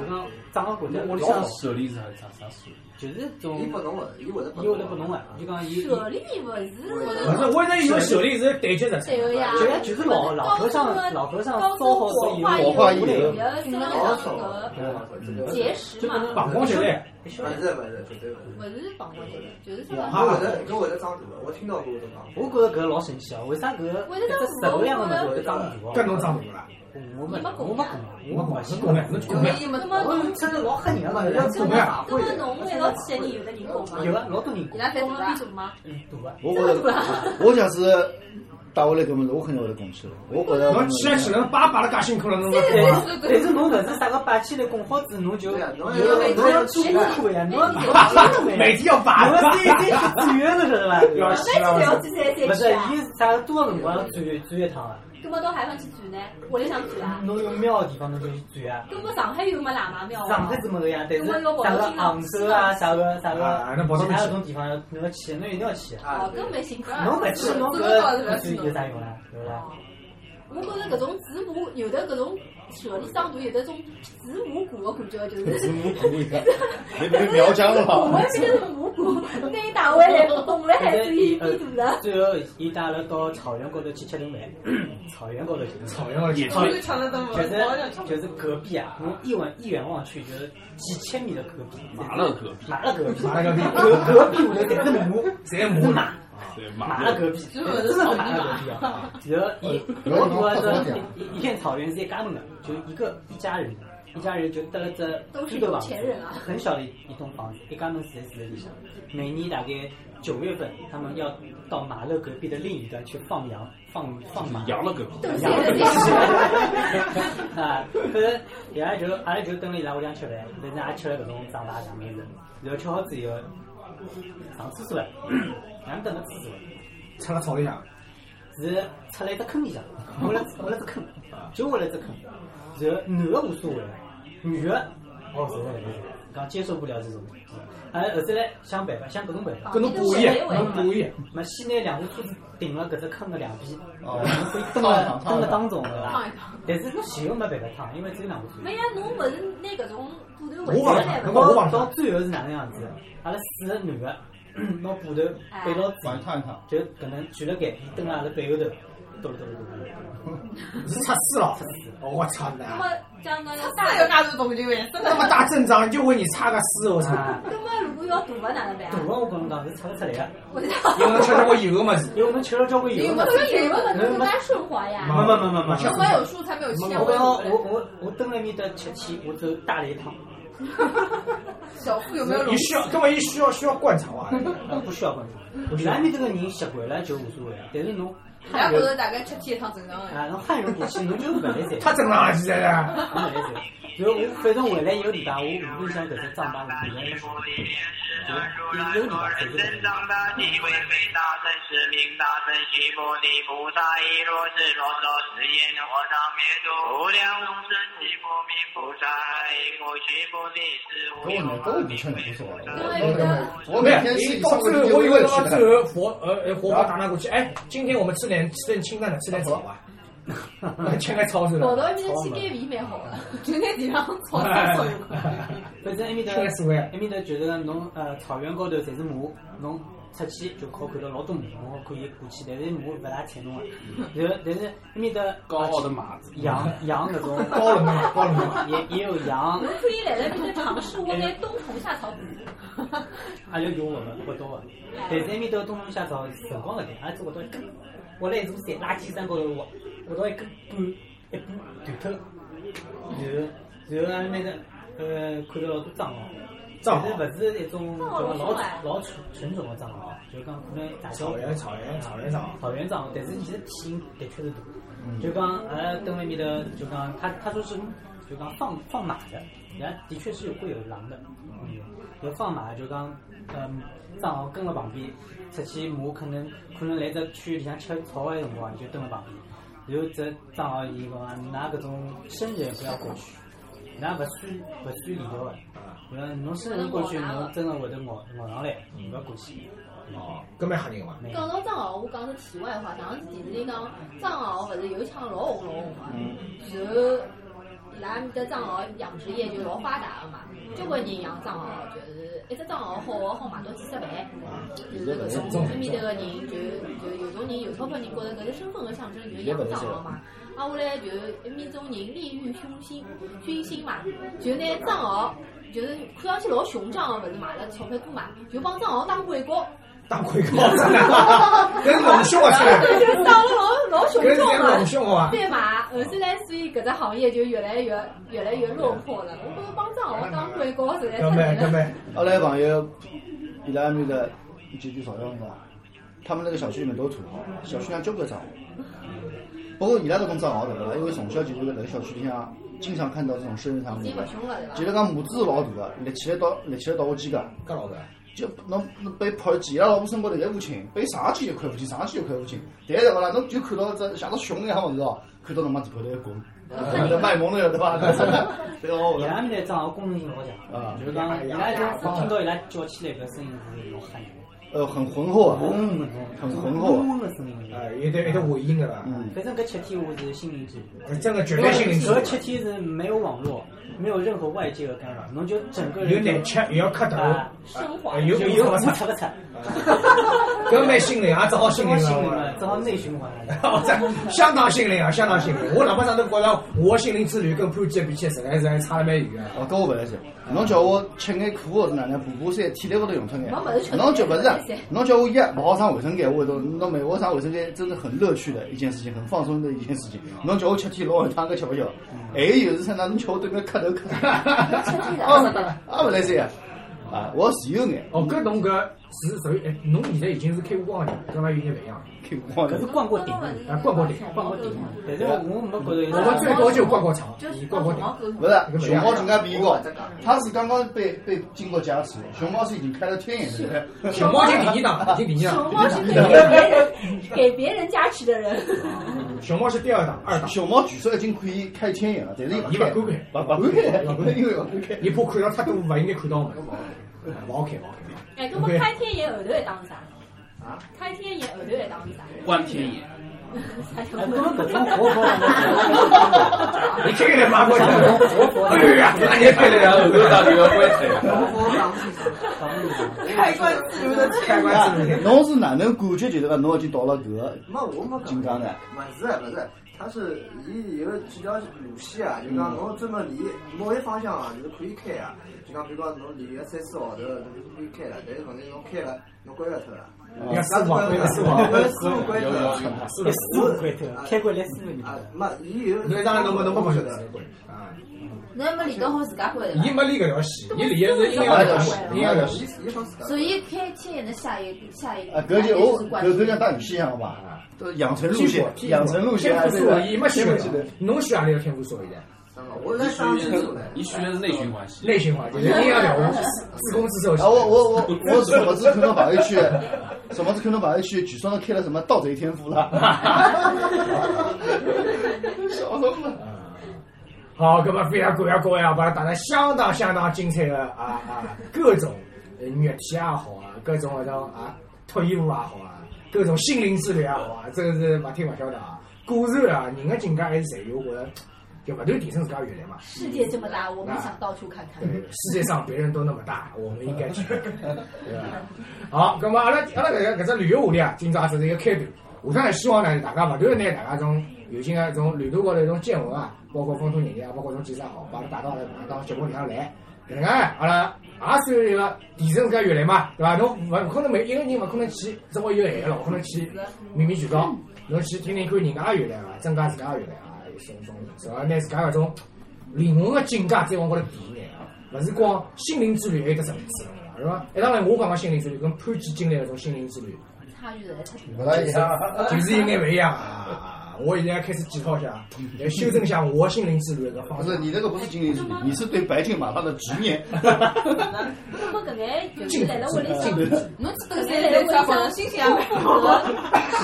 Speaker 2: 就讲长了会得
Speaker 7: 我里
Speaker 2: 老
Speaker 7: 向
Speaker 2: 好，
Speaker 7: 舍利是啥啥啥水？
Speaker 2: 就是
Speaker 6: 伊
Speaker 2: 种
Speaker 6: 不懂的，伊会得
Speaker 2: 伊会得拨侬个，
Speaker 6: 嗯
Speaker 2: 就讲伊。
Speaker 4: 舍利勿
Speaker 1: 不
Speaker 4: 是
Speaker 1: 是，我在以为舍利是对接的，
Speaker 4: 谁个呀？
Speaker 2: 就像就是老老和尚，老和尚烧好之以后，
Speaker 4: 伊个身浪
Speaker 6: 老
Speaker 4: 向
Speaker 6: 少
Speaker 4: 搿
Speaker 6: 这个
Speaker 4: 结石嘛，
Speaker 1: 膀胱血泪，
Speaker 2: 不晓
Speaker 6: 不
Speaker 2: 得
Speaker 6: 是不是绝对不是。
Speaker 4: 勿是膀胱结石，就是身浪
Speaker 6: 搿会得搿会得长大的，我听到过搿种讲法。
Speaker 2: 我觉着搿老神奇哦，为啥搿搿只石头样的物事长大哦？
Speaker 1: 搿侬长大了，
Speaker 2: 我没我没讲，我没
Speaker 1: 侬
Speaker 2: 信
Speaker 1: 拱呀，侬去拱呀，
Speaker 8: 没
Speaker 4: 那么
Speaker 2: 我
Speaker 4: 侬，
Speaker 2: 真的老吓人个，
Speaker 1: 侬拱呀，
Speaker 4: 那么侬一道去的人有的人讲
Speaker 2: 有
Speaker 4: 吗？
Speaker 2: 个老多人
Speaker 8: 伊拉在
Speaker 4: 讲了
Speaker 8: 做啥
Speaker 4: 为？什么？
Speaker 2: 嗯，大个，
Speaker 3: 我我我想是带下来搿物事，我肯定会得拱起来。我觉着
Speaker 1: 侬起来前头摆摆了介辛苦了，侬
Speaker 2: 但
Speaker 1: 搿
Speaker 2: 是但是侬勿是啥个摆起来拱好子，侬就侬
Speaker 6: 对呀
Speaker 2: 要
Speaker 6: 侬
Speaker 2: 侬
Speaker 6: 要
Speaker 2: 要做功课呀，侬要做功 课
Speaker 1: 每
Speaker 2: 呀，
Speaker 1: 天要摆
Speaker 2: 侬要三三去住院了，晓得伐？
Speaker 1: 要
Speaker 4: 每次都要
Speaker 2: 勿
Speaker 4: 去三三
Speaker 2: 是
Speaker 4: 去，啊
Speaker 2: 伊，是啥多少辰光转转一趟啊？
Speaker 4: 那么到海上去转呢？屋里向转啊？
Speaker 2: 侬有庙个地方侬就去转啊。
Speaker 4: 那么上海有没喇嘛庙啊？
Speaker 2: 上海是没个呀，但是啥个杭州啊，啥个啥
Speaker 1: 啊
Speaker 2: 个
Speaker 1: 那跑到
Speaker 2: 其
Speaker 1: 那去
Speaker 2: 他搿种地方要侬要去，侬一定要去啊。
Speaker 6: 啊
Speaker 4: 哦，，搿蛮辛苦啊。
Speaker 2: 侬勿去，侬搿个去有啥用啊？对伐？
Speaker 4: 我觉着搿种子母有的搿种小里上头有的种子母股的感觉，就是。
Speaker 3: 我鼓一下，你不是苗疆了
Speaker 4: 我
Speaker 3: 吗
Speaker 4: 们？这个是母股，那打回来，本来还哎是一比大的。
Speaker 2: 呃最后伊带阿拉到草原高头去吃顿饭， 草原高头去吃。
Speaker 1: 草原也
Speaker 2: 草
Speaker 1: 去
Speaker 2: 原
Speaker 1: 吃，
Speaker 2: 就是就是隔壁啊，侬一往一眼望去就是几千米的隔壁，
Speaker 7: 马勒戈壁，
Speaker 2: 马勒隔 壁，
Speaker 1: 那个屁
Speaker 2: 隔隔壁我头侪是马，是
Speaker 1: 侪母
Speaker 2: 马，
Speaker 7: 对
Speaker 2: 马
Speaker 7: 马
Speaker 2: 勒
Speaker 7: 勒戈
Speaker 2: 隔壁，真的是马勒隔壁 啊！然后一我我这一一片草原是一家门的，就一个一家人，一家人就得了这
Speaker 4: 都是
Speaker 2: 一个
Speaker 4: 有
Speaker 2: 房子
Speaker 4: 钱，人啊！
Speaker 2: 很小的一栋房子，一家门住在住在里向。每年大概九月份，他们要到马勒隔壁的另一端去放羊、放放马
Speaker 7: 壁，。羊了戈壁，
Speaker 4: 都是
Speaker 2: 羊
Speaker 4: 有
Speaker 2: 了
Speaker 4: 的
Speaker 2: 隔壁 啊，搿是伊拉就阿拉就跟了伊拉屋里向吃饭，反正也吃了搿种长大啥物事，然后吃好之后上厕所了，哪能等个厕所？
Speaker 1: 吃了草里向，
Speaker 2: 是出来一只坑里向，挖了挖了只坑，就挖了只坑。然后男的无所谓，女的哦，实在来讲接受不了这种。哎，后头来想办法，想各种办法。
Speaker 1: 搿侬补一，侬补一，
Speaker 2: 那先拿两部车子顶了搿只坑的两边，
Speaker 3: 哦
Speaker 2: 可以蹬了蹬了当中，对伐
Speaker 4: 烫一？烫。
Speaker 2: 但是侬前后没办法趟，因为只有两部车
Speaker 4: 没
Speaker 2: 子。
Speaker 4: 呀，侬勿是拿搿种布头围
Speaker 1: 我忘
Speaker 4: 起
Speaker 1: 了
Speaker 4: 来
Speaker 1: 搿
Speaker 4: 吗？
Speaker 1: 个我忘
Speaker 2: 到
Speaker 1: 了
Speaker 2: 到最后是哪能样子？阿拉四个男的， 拿把头背牢
Speaker 3: 往
Speaker 2: 地
Speaker 3: 一，趟一趟，
Speaker 2: 就搿能举了盖，伊蹲辣阿拉背后头，抖了抖了抖了。
Speaker 1: 是测试了，我操
Speaker 4: 那
Speaker 1: 呐！
Speaker 4: 么讲讲要
Speaker 1: 啥
Speaker 4: 大
Speaker 1: 要
Speaker 4: 人，
Speaker 1: 那么大阵仗，就为你差个四，我操！
Speaker 2: 啊，
Speaker 4: 那么如果要大的哪能
Speaker 2: 大
Speaker 4: 办啊
Speaker 2: 的？我跟侬讲是测勿出来的，
Speaker 4: 我操！
Speaker 1: 因为侬吃了我油个么子，
Speaker 2: 因为我们吃了交关油嘛
Speaker 4: 我。说有个能更加顺滑呀。
Speaker 2: 没没没没没，
Speaker 1: 小
Speaker 2: 没
Speaker 8: 有树才没有
Speaker 2: 没我刚我我我蹲了埃面搭吃气，我走大了一趟，
Speaker 8: 小腹有
Speaker 1: 伊需要，根本伊需要需要灌肠啊！
Speaker 2: 那不需要关注。伊拉埃面搭个人习惯了就无所谓了，但是侬汉人
Speaker 8: 得大概吃天一趟正常。
Speaker 2: 啊，侬汉人过去侬就勿来塞，
Speaker 1: 太正常了，现在
Speaker 2: 侬勿来塞。然后我反正回来一个礼拜，我屋里向搿只脏把事体没少，就一个礼拜才
Speaker 9: 人
Speaker 2: 就
Speaker 9: 生长大地位非大圣，使命大圣，须菩提菩萨亦若是罗娑是因火上灭度，无量众生其不明菩萨，因故须菩提是无有
Speaker 3: 跟我们都已经劝你不错了。我
Speaker 1: 我
Speaker 3: 每
Speaker 1: 没
Speaker 3: 天
Speaker 1: 有，
Speaker 3: 吃
Speaker 1: 到最后我以为到 最
Speaker 3: 后，
Speaker 1: 后佛呃活佛打那过去，哎，今天我们吃点吃点清淡的，吃点草啊， 吃点草是
Speaker 4: 跑
Speaker 1: 吧？
Speaker 4: 到一边去减肥蛮好的， 就拿地上草
Speaker 1: 哎
Speaker 4: 草草有块。
Speaker 2: 反正埃面搭
Speaker 1: 这个所谓
Speaker 2: 埃面搭就是讲侬呃草原高头侪是马，侬出去就好看到老多马，侬可以过去，但是马勿大睬侬个。然后啊但是埃面搭
Speaker 7: 高傲的马子，
Speaker 2: 羊羊搿种
Speaker 1: 高冷嘛，高冷嘛，
Speaker 2: 也也有羊
Speaker 4: 侬，可以来了，就是尝试我拿冬虫夏草补。
Speaker 2: 阿拉啊有我们活动个，但是埃面搭东龙虾草辰光勿对，阿拉只活到一根，挖了一座山，垃圾山高头挖，挖到一根半一半断脱，然后然后阿拉面搭呃看到老多蟑螂。
Speaker 1: 藏
Speaker 2: 但
Speaker 1: 獒，
Speaker 2: 是勿是一种
Speaker 4: 藏獒
Speaker 2: 叫老
Speaker 4: 老鼠啊
Speaker 2: 老纯纯种的蟑螂，啊就讲可能大小
Speaker 1: 草原草原草原上，
Speaker 2: 草原蟑螂，但是伊的体型的确是大。就呃讲阿拉蹲辣埃面的，就讲他他说是就讲放放马的，人家的确是有会有狼的，嗯，有放马就讲嗯藏獒跟了旁边，出去马可能可能来这区域里向吃草的辰光就蹲辣旁边，然后这藏獒伊讲㑚搿种生人不要过去，㑚勿算勿算里头的，然后侬生人过去侬真的会得咬咬上来，勿要过去。
Speaker 1: 哦，搿蛮吓人嘛，
Speaker 2: 那个
Speaker 4: 讲到藏獒，我讲个题外话，上次电视里讲藏獒勿是有一腔老红老红嘛，然后伊拉埃面搭藏獒养殖业就老发达个嘛，交关人养藏獒，就是一只哎藏獒好好卖到几十万，就是搿种埃面搭个人就就有种人有钞票人觉着搿是身份个象征，就是养藏獒嘛。啊，下来就埃面种人利欲熏心，熏心嘛，就拿藏獒。就是看上去老雄壮个，勿是买了钞票多嘛，就帮藏獒打广告，
Speaker 1: 打鬼高子呢，搿是龙兄啊，出来，
Speaker 4: 对，就是长得老老雄
Speaker 1: 搿是
Speaker 4: 壮
Speaker 1: 龙
Speaker 4: 嘛。
Speaker 1: 兄啊，
Speaker 4: 对嘛？后头来，所以搿只行业就越来越越来越落魄了。我觉着帮藏獒当广告实在
Speaker 1: 搿
Speaker 4: 太
Speaker 1: 蛮
Speaker 4: 难
Speaker 1: 搿
Speaker 4: 了。
Speaker 1: 蛮，
Speaker 3: 阿拉朋友伊拉面的就就少用的，他们那个小区里面都有土豪，小区上就个蟑螂，包括伊拉搿种账号对勿啦？因为从小就是辣搿小区里向经常看到这种生日场
Speaker 4: 自己
Speaker 3: 面
Speaker 4: 勿，凶了
Speaker 3: 就
Speaker 4: 对
Speaker 3: 是
Speaker 4: 伐？
Speaker 3: 讲母子老大个，立起来到立起来到我肩胛，
Speaker 1: 搿老大，
Speaker 3: 就侬侬背跑几，伊拉老婆身高头侪勿轻，背上去就看勿清，上去就看勿清。但是对伐啦？侬就看到只像只熊一样物事哦，看到侬妈地高头一滚，那卖萌了对伐？ 对哦，
Speaker 2: 伊拉面的账号功能性老强，
Speaker 3: 啊
Speaker 2: 就是讲伊拉就听到伊拉叫起来搿声音是老吓人，
Speaker 3: 呃，很浑厚啊，
Speaker 2: 嗡嗡嗡，
Speaker 3: 很浑厚啊。
Speaker 2: 嗡的声音。
Speaker 1: 哎，有点有点回音对伐？
Speaker 3: 嗯，
Speaker 2: 反正搿七天我是心灵之旅，
Speaker 1: 呃真的绝对性灵
Speaker 2: 搿七
Speaker 1: 指
Speaker 2: 天是没有网络，没有任何外界的干扰，侬就整个
Speaker 1: 标，
Speaker 2: 人
Speaker 1: 有难吃也要磕头，
Speaker 2: 啊
Speaker 4: 升华
Speaker 1: 哎，有
Speaker 2: 就有
Speaker 1: 有
Speaker 2: 我
Speaker 1: 啥？
Speaker 2: 出不出，
Speaker 1: 搿蛮心灵啊，只好心
Speaker 2: 什
Speaker 1: 灵
Speaker 2: 么心灵
Speaker 1: 了
Speaker 2: 嘛，。只好内循环。
Speaker 1: 哦，这相当心灵啊，相当心灵。我老板上头觉着我心灵之旅跟潘姐比起来，实在是还差了蛮远啊。
Speaker 3: 哦，搿我勿来塞。侬叫我吃眼苦个是哪能？爬爬山，体力高头用脱眼
Speaker 4: 没物事吃。
Speaker 3: 侬叫勿
Speaker 4: 没物事吃
Speaker 3: 是？侬叫我一勿好上卫生间，我会得侬每我上卫生间真的很乐趣的一件事情，很放松的一件事情。侬叫我吃天老汤，搿吃勿消。还有就是啥呢？侬叫我对面磕头 磕头。 哦，啊勿来塞啊！啊，我自由眼，
Speaker 1: 哦，搿侬搿是属于，哎，侬现在已经是开光了，跟他有点勿一样。
Speaker 3: 开光
Speaker 2: 搿是
Speaker 3: 的。
Speaker 2: 逛过顶，
Speaker 1: 啊逛过顶
Speaker 2: 逛过顶，但是我没觉着有
Speaker 1: 我们最多就逛逛场，
Speaker 4: 就是
Speaker 1: 你逛逛
Speaker 4: 毛
Speaker 1: 场。
Speaker 4: 狗
Speaker 3: 勿
Speaker 4: 狗，
Speaker 3: 是，啊熊猫人家比伊高，他是刚刚被被经过加持，熊猫是已经开了天眼的。
Speaker 1: 熊猫已经第一档，已经第一
Speaker 4: 熊
Speaker 1: 档。
Speaker 4: 猫是给别人给别人加持的人，
Speaker 1: 熊猫是第二档，二档。
Speaker 3: 熊猫据说已经可以开天眼了，但是伊勿
Speaker 1: 伊
Speaker 3: 开，
Speaker 1: 勿敢
Speaker 3: 勿勿敢开，因为勿敢开。
Speaker 1: 你怕看到太多勿应该看到我们，勿好看勿好看。
Speaker 4: 哎，搿么开天眼后头一档是啥？啊，开天眼后头一档是啥？
Speaker 7: 观天眼，
Speaker 4: 啥叫
Speaker 2: 哎，搿么搿种活佛，
Speaker 1: 你这个来骂我，
Speaker 2: 活佛，
Speaker 1: 哎呀，那你对了，
Speaker 7: 后头大这个观察呀，
Speaker 8: 开关自如的
Speaker 1: 开关自如。
Speaker 3: 侬是哪能感觉就是讲侬已经到了搿个？
Speaker 6: 没，我没
Speaker 3: 紧张的
Speaker 6: 勿是勿是，它是伊有几条路线啊，就讲侬专门离某一方向啊，就是可以开啊。就讲比如讲侬离个三四号头，侬就可以开了，但是问题侬开了，侬关勿脱了。
Speaker 1: 要四五关，四五关，
Speaker 6: 四五关
Speaker 7: 有有有
Speaker 6: 头。
Speaker 1: 四
Speaker 2: 来
Speaker 1: 五。
Speaker 2: 四五块头，开过来四五
Speaker 6: 啊
Speaker 2: 块，
Speaker 6: 没，伊有。
Speaker 1: 侬当然侬没侬没
Speaker 6: 不
Speaker 1: 朋
Speaker 6: 晓
Speaker 1: 友
Speaker 6: 得。
Speaker 1: 啊，
Speaker 8: 侬还没理到好自家关系
Speaker 1: 伊没理搿条线，伊理的是阴阳条线，阴阳条线。
Speaker 6: 伊伊帮自家。
Speaker 8: 所以开天眼的下一个下一个
Speaker 3: 啊，搿就我
Speaker 8: 是关
Speaker 3: 搿搿像打游戏一样好吧？都养成路线，养成路线
Speaker 1: 天
Speaker 3: 啊，
Speaker 1: 赋
Speaker 3: 对
Speaker 1: 所
Speaker 3: 伐？
Speaker 1: 伊没选
Speaker 3: 天赋技能，，
Speaker 1: 侬选何里个天赋所以的？
Speaker 6: 我在上
Speaker 7: 伊
Speaker 6: 去
Speaker 7: 选
Speaker 6: 做
Speaker 7: 的
Speaker 6: 的。
Speaker 7: 伊选的是内循环系，
Speaker 1: 内循环 就是阴阳两用，自攻自受。
Speaker 3: 啊，我我我我什么只看到朋友圈，什么只看到朋友圈，据说开了什么盗贼天赋了，笑死了。
Speaker 1: 好，那么非常感谢各位啊，把带来相当相当精彩的啊啊各种呃肉体也好啊，各种那种啊脱衣舞也好啊，各种心灵之旅也好啊，这个是勿听勿晓得啊。果然啊，人的境界还是侪有，我觉着就勿断提升自家的阅历嘛。
Speaker 4: 世界这么大，我们想到处看看
Speaker 1: 对。，呃世界上别人都那么大， 我们应该去，对吧？好，那么阿拉阿拉搿个搿只旅游话题啊，今朝只是一个开头。下趟呢，希望呢大家勿断地拿大家种有劲个种旅途高头一种见闻啊，包括风土人情啊，包括种见识也好，把阿拉带到阿拉搿档节目里向来。另外，阿拉也算一个提升自家阅历嘛，对伐？侬勿可能每一个人勿可能去，只会有限了，勿可能去面面俱到。侬去听听看人家阅历啊，增加自家阅历啊，种种，主要拿自家搿种灵魂的境界再往高头提一眼啊，勿是光心灵之旅还有一个层次，是伐？哎，当然我讲个心灵之旅跟潘基经历的搿种心灵之旅，
Speaker 8: 差距实在太大。
Speaker 3: 勿大一样，
Speaker 1: 就是有眼勿一样啊！我现在开始检讨一下，来修正一下我心灵之旅的方
Speaker 3: 不是
Speaker 1: 式。
Speaker 3: 你那个不是精灵之旅，你是对白敬马他的执念。
Speaker 4: 那么搿眼就是来了屋里向，
Speaker 8: 侬去本身在啥放心想，
Speaker 4: 和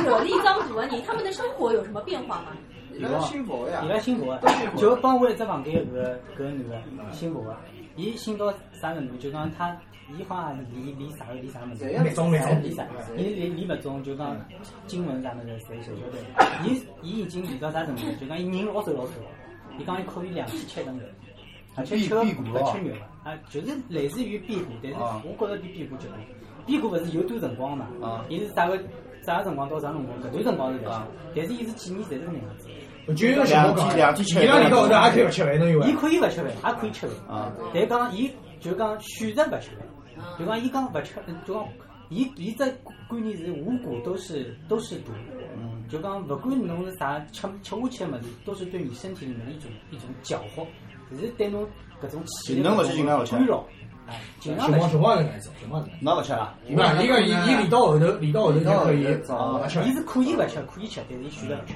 Speaker 4: 舍利藏族的人，他们的生活有什么变化吗？
Speaker 6: 伊拉信佛呀
Speaker 2: 伊，拉信佛啊，就帮我一只房间搿个搿个男个信佛啊，伊信到啥程度？就讲他，伊好像离离啥个离啥物事
Speaker 6: 侪。
Speaker 1: 那种那种
Speaker 2: 理啥？伊理理勿中，就讲经文啥物事侪晓晓得。伊伊已经理到啥程度？就讲伊人老瘦老瘦了，伊讲伊可以两天吃一顿肉，而且吃
Speaker 3: 辟谷
Speaker 2: 勿
Speaker 3: 啊
Speaker 2: 吃肉啊，就是类似于辟谷，但是我觉着比辟谷结棍。辟谷勿是有段辰光嘛
Speaker 3: 啊？
Speaker 2: 伊是啥个啥个辰光到啥辰光？搿段辰光是搿样，但是伊是几年侪是搿能样子。
Speaker 1: 我就有辰光
Speaker 3: 两
Speaker 1: 讲，
Speaker 3: 天
Speaker 1: 伊拉里头后头也可以勿吃饭，侬以
Speaker 2: 伊
Speaker 1: 为？
Speaker 2: 可以勿吃饭，也可以吃饭
Speaker 3: 啊，
Speaker 2: 但讲伊就讲选择勿吃饭，就讲伊讲勿吃，就讲伊伊只观念是五谷都是都是毒，
Speaker 3: 嗯
Speaker 2: 就讲勿管侬是啥吃吃下去的物事，都是对你身体里面一种一种搅和，是对侬搿种气
Speaker 3: 能勿吃尽量勿吃啊
Speaker 2: 干扰，哎，尽
Speaker 1: 熊
Speaker 2: 量勿
Speaker 1: 猫
Speaker 2: 吃
Speaker 1: 熊猫是搿能种，熊猫是搿能
Speaker 3: 侬勿吃啦？
Speaker 1: 种，对伐？伊搿伊伊练到后头，练到后头就可以
Speaker 6: 练到
Speaker 3: 啊
Speaker 6: 后头
Speaker 1: 勿吃
Speaker 2: 伊是可以勿吃，可以吃，但是伊选择勿吃，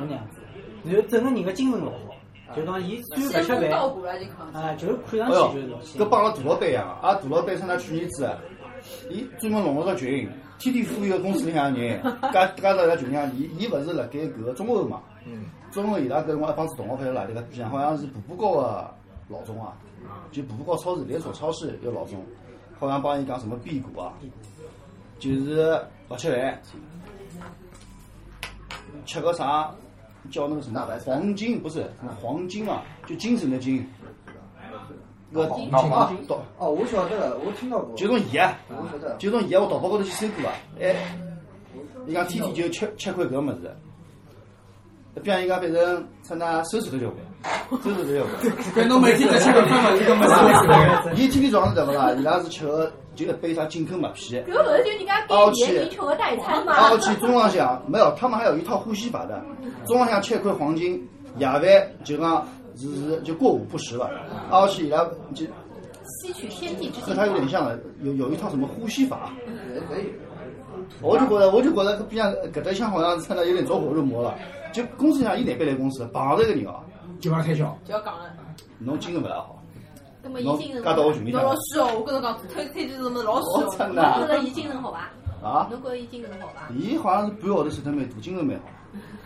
Speaker 2: 侬那样子，然后整个人个精神老好，就讲伊虽然
Speaker 8: 仙
Speaker 2: 勿吃
Speaker 8: 风道
Speaker 2: 饭，
Speaker 8: 骨了，就讲。
Speaker 2: 啊，就是看上
Speaker 3: 哎
Speaker 2: 去
Speaker 3: 哟
Speaker 2: 就是老，气
Speaker 3: 搿。帮了杜老板一样，阿拉杜老板像他去年子，伊专门弄了个群，天天忽悠公司里向人， 加加到伊拉群里向，伊伊勿是辣盖搿个中欧嘛？
Speaker 1: 嗯，
Speaker 3: 中欧伊拉搿辰光一帮子同学反正辣里个边上，好像是步步高个老总啊，就步步高超市连锁超市一个老总，好像帮伊讲什么辟谷啊，就是勿吃饭，吃个啥叫那个什么黄金不是什么黄金啊，就精神的金。个
Speaker 8: 金
Speaker 3: 脑啊，脑
Speaker 6: 哦，我晓得了，我听到过。
Speaker 3: 就从盐，
Speaker 6: 我晓得。
Speaker 3: 就从盐，我淘宝高头去搜过啊。哎，伊讲天天就吃吃块搿个物事，比方伊讲反正啥呢，收拾都交关，收拾都交关。
Speaker 7: 搿侬每天在吃个饭嘛，伊搿么是
Speaker 3: 伊天天早上是怎么啦？伊拉是吃个就一杯啥进口麦片。
Speaker 4: 搿勿是就人家给
Speaker 3: 哦
Speaker 4: 年
Speaker 3: 是
Speaker 4: 龄吃个代餐嘛？
Speaker 3: 然后去中浪向没有，他们还有一套呼吸法的。中浪向吃一块黄金，夜饭就讲是是就过午不食了。然后去伊拉就
Speaker 8: 吸取天地之
Speaker 3: 跟
Speaker 8: 精
Speaker 3: 他
Speaker 8: 华
Speaker 3: 有。点像了，有有一套什么呼吸法。
Speaker 6: 可以。
Speaker 3: 我就觉得，我就觉得搿边上搿搭像好像是穿得有点着火入魔了。就公司上，伊难办来公司，碰着一个人哦，
Speaker 1: 就帮推销。
Speaker 8: 就要讲了，
Speaker 3: 侬精神勿大好，
Speaker 8: 那么伊精神，
Speaker 3: 侬加到我群里向
Speaker 8: 侬老虚哦，我跟侬讲，推推就是什么老虚
Speaker 3: 我
Speaker 8: 哦。
Speaker 3: 真
Speaker 8: 侬
Speaker 3: 的
Speaker 8: 觉得伊精神好伐？
Speaker 3: 啊
Speaker 8: 侬。觉得伊精神好伐？
Speaker 3: 伊好像是半个号头睡得蛮多，精神蛮好。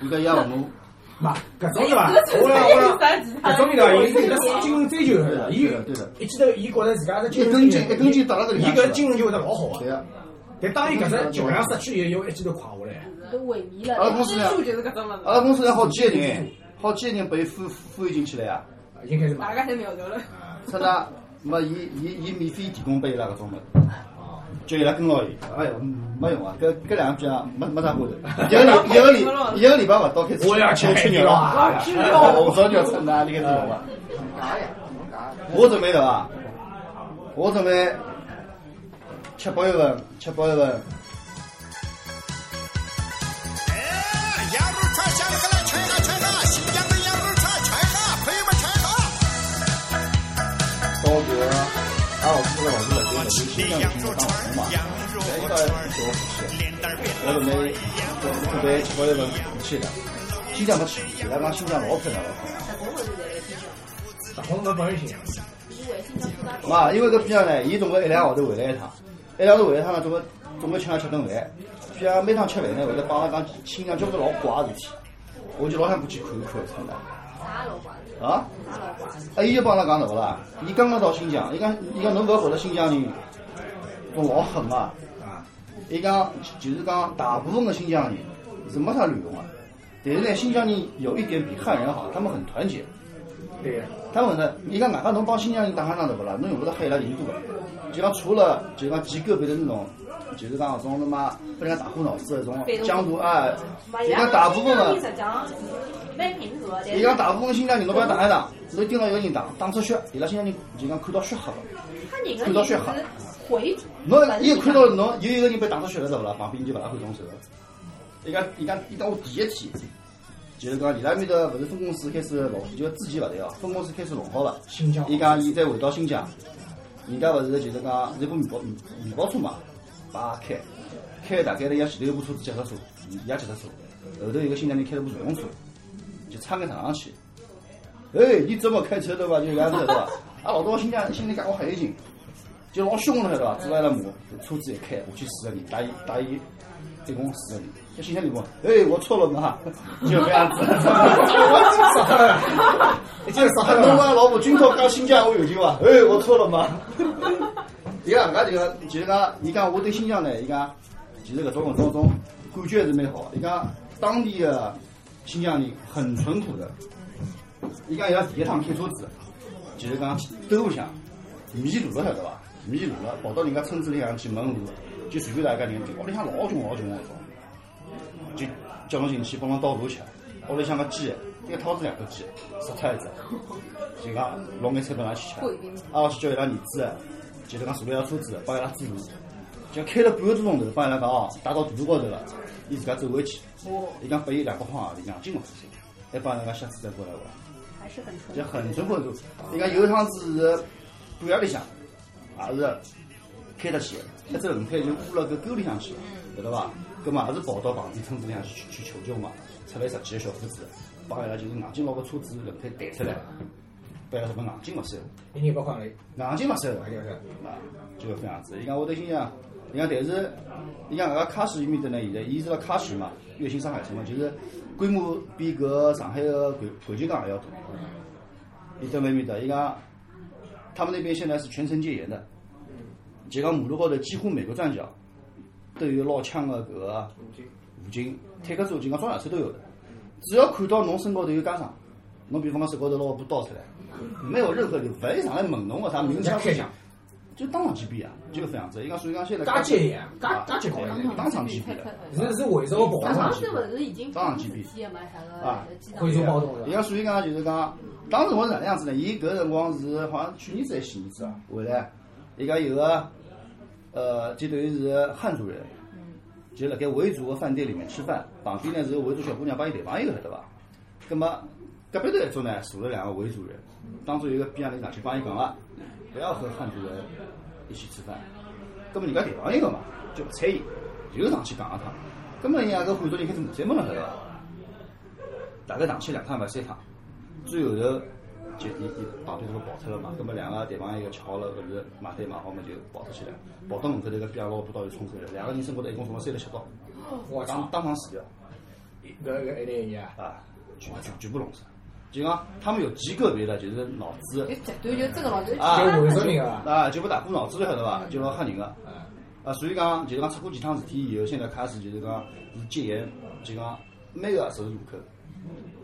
Speaker 3: 伊讲伊也勿 弄，
Speaker 1: 嘛，搿种对伐？我讲我讲，搿种人啊，伊伊个精神追求是伐？伊
Speaker 3: 对的对的
Speaker 1: 一记头，伊觉着自家是
Speaker 3: 一
Speaker 1: 精神
Speaker 3: 根筋一根
Speaker 1: 追
Speaker 3: 筋
Speaker 1: 求
Speaker 3: 搭了搿里
Speaker 1: 伊
Speaker 3: 向
Speaker 1: 搿
Speaker 3: 去了。
Speaker 1: 精神就会得老好
Speaker 3: 对
Speaker 1: 啊。
Speaker 3: 呀，
Speaker 1: 但当伊搿只桥梁失去以后，一记头垮下来。啊
Speaker 4: 都萎靡了。
Speaker 3: 阿拉公司呢
Speaker 8: 数就是搿种物
Speaker 3: 阿拉公司有好几个人，好几个人被翻翻进去了呀。啊
Speaker 1: 已经开始
Speaker 8: 事，大
Speaker 1: 买。
Speaker 8: 家侪苗头了。
Speaker 1: 啊
Speaker 3: 啥呢？没伊伊伊免费提供拨伊拉搿种物事，
Speaker 1: 啊
Speaker 3: 就伊拉跟牢伊。哎哟，没用啊！搿搿两句啊，没没啥花头。一个礼一个礼一个礼拜勿到开始，
Speaker 1: 我要吃
Speaker 3: 吃
Speaker 1: 海底
Speaker 3: 牛
Speaker 1: 捞
Speaker 3: 了。
Speaker 1: 啊！
Speaker 3: 我早就要趁哪里个地方了。
Speaker 6: 干呀？侬干？
Speaker 3: 啊我准备的啊，我准备吃饱一份，吃饱一份。到搿个阿拉屋里老是辣盖辣盖新疆去当红嘛，来一到就去，啊我准备准备吃饱一份去的。新疆没去，伊拉讲新疆老漂亮老漂亮。
Speaker 8: 我会是在来听，
Speaker 1: 大红没本事，
Speaker 8: 伊微信上发到。
Speaker 3: 啊嘛，因为搿边上呢，伊总归一两个号头回来一趟，一两个号头回来一趟呢，总归总归请阿拉吃顿饭。比方每趟吃饭呢，会得帮阿拉讲新疆交关老怪个事体，我就老想过去看一看，真的。
Speaker 8: 啥老怪？
Speaker 3: 啊，
Speaker 8: 啥老怪？
Speaker 3: 啊，伊就帮阿拉讲怎么啦？伊刚刚到新疆，伊讲伊讲侬勿要觉着新疆人都老狠啊。伊讲就是讲大部分的新疆人是没啥卵用啊，但是呢，新疆人有一点比汉人好，他们很团结。
Speaker 1: 对呀。
Speaker 3: 他们呢，你看外加侬帮新疆人打相仗对不啦？侬用不着黑伊拉人多的，就讲除了就讲极个别的那种，就是讲搿种他妈被人家打过脑子的这种江湖啊，
Speaker 4: 哎
Speaker 3: 就讲大部分
Speaker 4: 实
Speaker 3: 的，
Speaker 4: 际上蛮平和，但
Speaker 3: 伊讲大部分的新疆人侬帮伊打一打，侬盯牢一个人打，打出血，伊拉新疆人就讲看到血黑了。
Speaker 4: 他人
Speaker 3: 看到血汗
Speaker 4: 回
Speaker 3: 侬伊看到侬有一个人被打出血了，对勿啦？旁边人就勿大会动手。伊讲伊讲伊讲我第一天，就是讲伊拉埃面搭勿是分公司开始弄，就之前勿对哦，分公司开始弄好了。
Speaker 1: 新疆
Speaker 3: 伊讲伊再回到新疆，人家勿是就是讲是一部面包面面包车嘛，叭开，开大概了，伊拉前头一部车子脚踏车，伊拉脚踏车，后头一个新疆人开了部电动车，就差眼撞上去。哎，你怎么开车对伐？就搿样子对伐？ 啊，老早新疆新疆人讲我很有劲，就老凶了对伐？坐在了母，车子一开，我去四个里，打一打一，一共四个里。这新疆人讲，哎，我错了嘛， 就搿样子。 哎
Speaker 1: 杀黑了，一记头杀黑
Speaker 3: 侬
Speaker 1: 了。
Speaker 3: 讲老婆今朝讲新疆我有劲伐？哎，我错了吗？伊讲搿就讲，就是讲，伊讲我对新疆呢，伊讲，其实搿种搿种种感觉还是蛮好。伊讲当地的新疆人很淳朴的。伊讲伊拉第一趟开车子，就是讲兜里向迷路了，晓得伐？迷路了，跑到人家村子里向去问路，就随便大家人家，屋里向老穷老穷那种。就叫侬进去帮忙倒茶吃。屋里向个鸡，一个汤子两个鸡，杀脱一只，就讲弄眼菜拨伊拉去吃。啊，我去叫伊拉儿子，就是讲坐了伊拉车子，帮伊拉指路。就开了半个多钟头，帮伊拉讲哦，带到大路高头了，伊自家走回去。伊讲拨伊两百块洋钿，两金嘛，还帮伊拉讲下次再过来玩。
Speaker 4: 还是很纯。
Speaker 3: 就很淳朴的。伊讲有一趟子是半夜里向，也啊是开得去，一只轮胎就误了个沟里向去了，晓得伐？葛末也是跑到旁边村子里向去去求救嘛，出来十几个小伙子，帮伊拉就是硬劲拿个车子轮胎抬出来，把伊拉什么硬劲勿收，
Speaker 1: 一年八块钿，
Speaker 3: 硬劲勿收，
Speaker 1: 哎就是，
Speaker 3: 啊，就搿副样子。伊讲我头心想，伊讲但是，伊讲搿个喀什伊面搭呢，现在伊是辣喀什嘛，月薪上海什么，就是规模比搿上海个环环球港还要大。伊蹲辣埃面搭，伊讲他们那边现在是全城戒严的，就讲马路高头几乎每个转角都有老枪的搿个武警、坦克车，就讲装甲车都有的。只要看到侬身高头有家常，侬比方讲手高头拿把刀出来，没有任何理由，勿是上来问侬个啥鸣枪
Speaker 1: 开枪，
Speaker 3: 就当场击毙啊！就搿副样子。伊讲所以讲现在
Speaker 1: 加戒严，加
Speaker 3: 啊
Speaker 1: 加戒高了，
Speaker 3: 当场击毙了。
Speaker 1: 是是为啥保
Speaker 4: 他
Speaker 1: 障
Speaker 4: 当？时不是已经
Speaker 3: 当
Speaker 4: 几
Speaker 3: 然
Speaker 4: 天嘛？啥
Speaker 3: 啊
Speaker 4: 个机
Speaker 1: 会
Speaker 4: 场
Speaker 1: 做暴动
Speaker 3: 伊
Speaker 1: 的，
Speaker 3: 讲所以讲就是讲，当时我是哪能样子呢？伊搿辰光是好像去年子还是前年子啊，回来，伊讲有个呃，就等于是汉族人，就辣盖维族个饭店里面吃饭，旁边呢是维族小姑娘帮伊谈朋友，晓得伐？葛末隔壁头一桌呢坐了两个维族人，当中有一个边上头上去帮伊讲了，勿要和汉族人一起吃饭。葛末人家谈朋友个嘛，就勿睬伊，又上去讲了趟。葛末人家搿汉族人开始骂三门了，晓得伐？大概上去两趟吧，三趟，最后头就伊伊旁边头跑脱了嘛，葛么两个对方一个吃好了，勿是买单买好嘛就跑出去了，跑到门口头个边上老婆到就冲出来了，两个人身高头一共中了三十七刀，
Speaker 1: 我
Speaker 3: 当
Speaker 1: 操，
Speaker 3: 当场死掉
Speaker 1: 搿个一定一啊，
Speaker 3: 啊，全全全部弄死了。就讲他们有极个别的就是脑子
Speaker 8: 就极端就真个老就是
Speaker 3: 啊
Speaker 1: 就为啥人啊？
Speaker 3: 啊，就不大过脑子了，晓得伐？就老吓人个。啊，所以讲就是讲出过几趟事体以后，现在开始就是讲是戒严，就讲每个十字路口，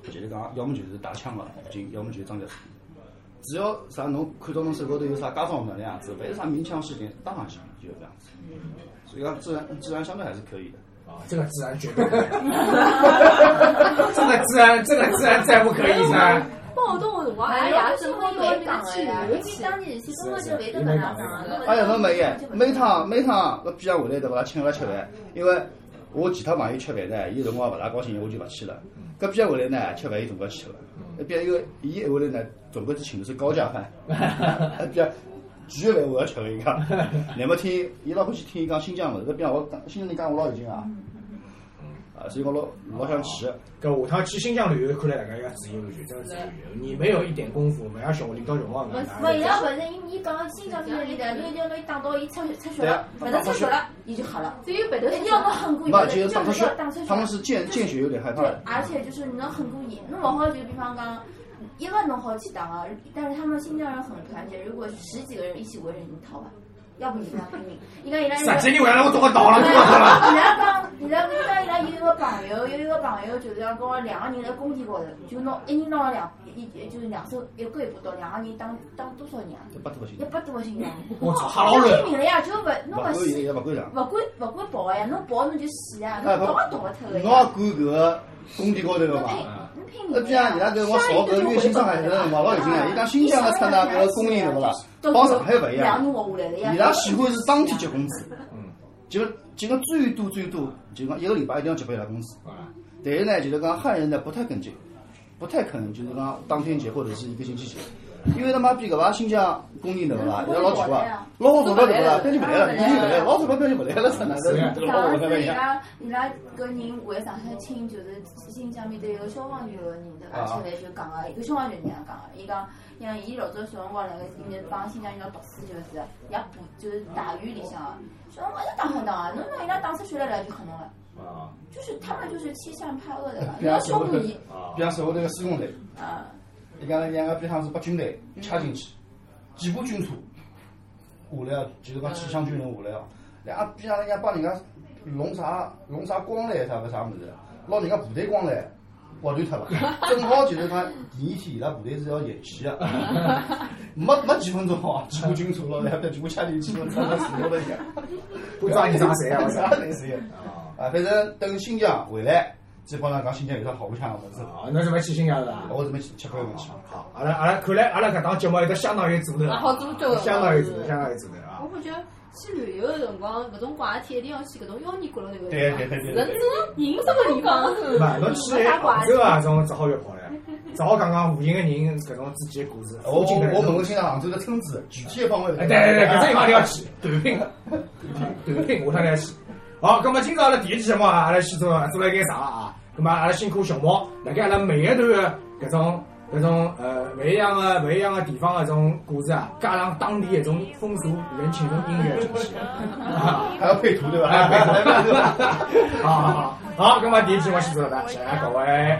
Speaker 3: 就是讲要么就是打枪个武警，要么就是装甲车。只要啥侬看到侬手高头有啥家装哪能样子，勿是啥鸣枪事件，当场就就这样子。所以讲治安治安相对还是可以的。
Speaker 1: 啊这个自然绝对， 这个自然这个自然再不可以 噻。
Speaker 4: 暴动的辰光，
Speaker 8: 哎
Speaker 4: 哎
Speaker 8: 呀
Speaker 4: 呀，，
Speaker 8: 新
Speaker 4: 正
Speaker 8: 闻
Speaker 4: 好
Speaker 8: 都
Speaker 4: 到那
Speaker 8: 没
Speaker 4: 个
Speaker 8: 讲
Speaker 4: 去
Speaker 8: 了呀，
Speaker 4: 游
Speaker 8: 因为
Speaker 4: 去，
Speaker 8: 当年新闻就没得搿能讲了。
Speaker 3: 哎呀，侬没耶，每趟每趟搿边上回来对伐？请阿拉吃饭，因为我其他朋友吃饭呢，伊有辰光勿大高兴，我就勿去了。搿边上回来呢，吃饭伊总归去了。一边因为伊一回来呢，总归是请的是高价饭。一边几个饭我要吃一个。乃末听伊老欢喜听伊讲新疆物事，搿边我讲新疆人讲我老有劲啊。啊，所以我老老想去。
Speaker 1: 搿下趟去新疆旅游，看来大家要注意安全，真的注意安全。你没有一点功夫，勿要小领导穷啊！
Speaker 8: 勿勿，伊拉勿是，伊伊讲新疆这个里头，侬一定要拿伊打到伊出出血
Speaker 3: 啊
Speaker 8: 了，勿是出血了，伊就好了。
Speaker 4: 只有白头
Speaker 8: 一定要侬狠过伊，
Speaker 3: 那就是
Speaker 8: 就
Speaker 3: 当
Speaker 8: 不
Speaker 3: 初
Speaker 8: 是
Speaker 3: 是
Speaker 8: 要打出血。
Speaker 3: 他们是见见血有点害怕
Speaker 8: 对
Speaker 3: 的，，
Speaker 8: 而且就是你能很过瘾，那往好就比方讲，一个能好去打啊，但是他们新疆人很团结，如果是十几个人一起围着你逃吧，要不你跟他拼命，应该伊拉
Speaker 1: 十几年回来，我总归倒了，我操了！
Speaker 8: 伊拉讲，伊拉伊拉伊拉有一个朋友，有一个朋友就是讲跟我两个人在工地高头，就拿一人拿了两一一就是两手一个一把刀，两个人打打多少人啊？
Speaker 3: 一百多个心
Speaker 8: 一。百多个新疆人，
Speaker 1: 我操，吓老人！
Speaker 8: 拼命了呀，就勿
Speaker 3: 勿
Speaker 8: 侬
Speaker 3: 管
Speaker 8: 勿
Speaker 3: 现在
Speaker 8: 死，
Speaker 3: 也勿敢上。
Speaker 8: 勿管勿管跑呀，侬跑侬就死呀，
Speaker 3: 哎
Speaker 8: 侬倒也倒勿脱
Speaker 3: 侬
Speaker 8: 个
Speaker 3: 也
Speaker 8: 呀，
Speaker 3: 管搿个工地高头个
Speaker 8: 侬
Speaker 3: 伐？
Speaker 8: 拼侬拼
Speaker 3: 那
Speaker 8: 命
Speaker 3: 这样，伊拉搿我少搿月薪上海人辰光老有劲
Speaker 8: 哎
Speaker 3: 啊！伊讲新疆个出纳搿个工人对勿啦？帮上海勿一
Speaker 8: 两
Speaker 3: 样，
Speaker 8: 年活下来了呀。
Speaker 3: 伊拉喜欢是当天结工资，就就讲最多最多就讲一个礼拜一定要结拨伊拉工资。但是呢，就是讲汉人呢不太跟进，不太肯就是讲当天结或者是一个星期结。因为他妈逼搿伐新疆工人对勿啦？伊拉老奇怪，老好钞票对勿啦？标就勿来了，标就勿来了，老早钞票就勿来了，出纳搿老
Speaker 8: 上
Speaker 3: 好钞票
Speaker 8: 次
Speaker 3: 一
Speaker 8: 伊
Speaker 3: 样。
Speaker 8: 拉伊拉搿人回上海请，就是新疆面头一个消防员个人对伐？出来就讲个，一个消防员这样讲个，伊讲，伊讲伊老早小辰光辣盖伊面帮新疆人读书，就是也补就是大学里向个，小辰光一直打很打个，侬拿伊拉打出血来了就很侬了。就是他们就是欺善怕恶的了，你要羞辱伊
Speaker 3: 比方说，我那个施工队。
Speaker 8: 啊！
Speaker 3: 伊讲人家边上是把军队掐进去，几部军车下来啊，就是讲几箱军人下来啊，人家边上人家帮人家弄啥弄啥光缆啥个啥物事，拿人家部队光缆划断脱了，正好就是讲第二天伊拉部队是要夜骑啊， 没没几分钟哦，几部军车了，然后全部掐进去了，真的死掉了一个。
Speaker 1: 不抓你抓谁啊？我操
Speaker 3: 啥！ 人谁啊？ 啊，反正等新疆回来，再帮他讲新疆有啥好白相的物事，
Speaker 1: 啊，侬准备去新疆是吧？
Speaker 3: 我准备去吃亏回去。
Speaker 1: 好，阿拉阿拉看来阿拉搿档节目有得相当于做头，相当于做头，相当于做头啊
Speaker 4: 我！感觉去旅游的辰光，搿种怪天一定要去搿种妖孽骨头头个地
Speaker 3: 对
Speaker 4: 方，
Speaker 3: 对对对
Speaker 4: 人多人少个地方。
Speaker 1: 勿侬去欧洲啊，种只好越跑了。早讲讲附近个人搿种之间故事，
Speaker 3: 我
Speaker 1: 附近的人
Speaker 3: 哦我问过欣赏杭州的村子具体的方位。
Speaker 1: 哎，对对对，搿只地方一定要去，短聘，短聘，下趟来去。好，葛么今朝阿拉第一期节目啊，阿拉先做做了一眼啥啊？葛么阿拉辛苦熊猫，辣盖阿拉每一段的搿种搿种呃勿一样的勿一样的地方的搿种故事啊，加上当地一种风俗人情跟音乐进去。啊
Speaker 3: 还要配图对吧？
Speaker 1: 哎， 对吧？好好好，好，葛么第一期我先做到这，谢谢各位。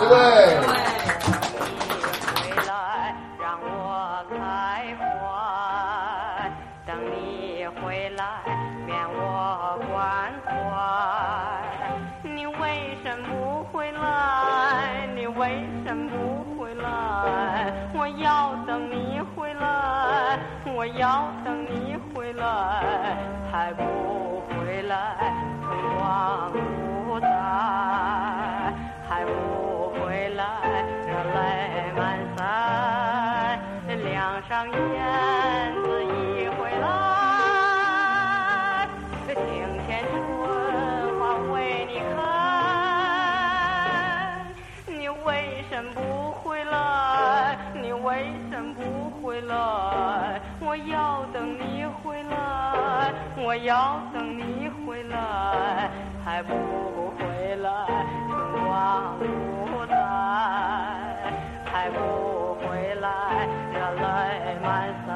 Speaker 3: 这位。
Speaker 10: 回来，让我开怀。等你回来，免我关怀。你为什么不回来？你为什么不回来？我要等你回来，我要等你回来，还不回来，春光不再，还不回来，热泪满腮，两上燕子一回来，庭前春花为你开。你为什么不回来？你为什么不回来？我要等你回来，我要等你回来，还不回来，春光不再，还不回来，热泪满腮。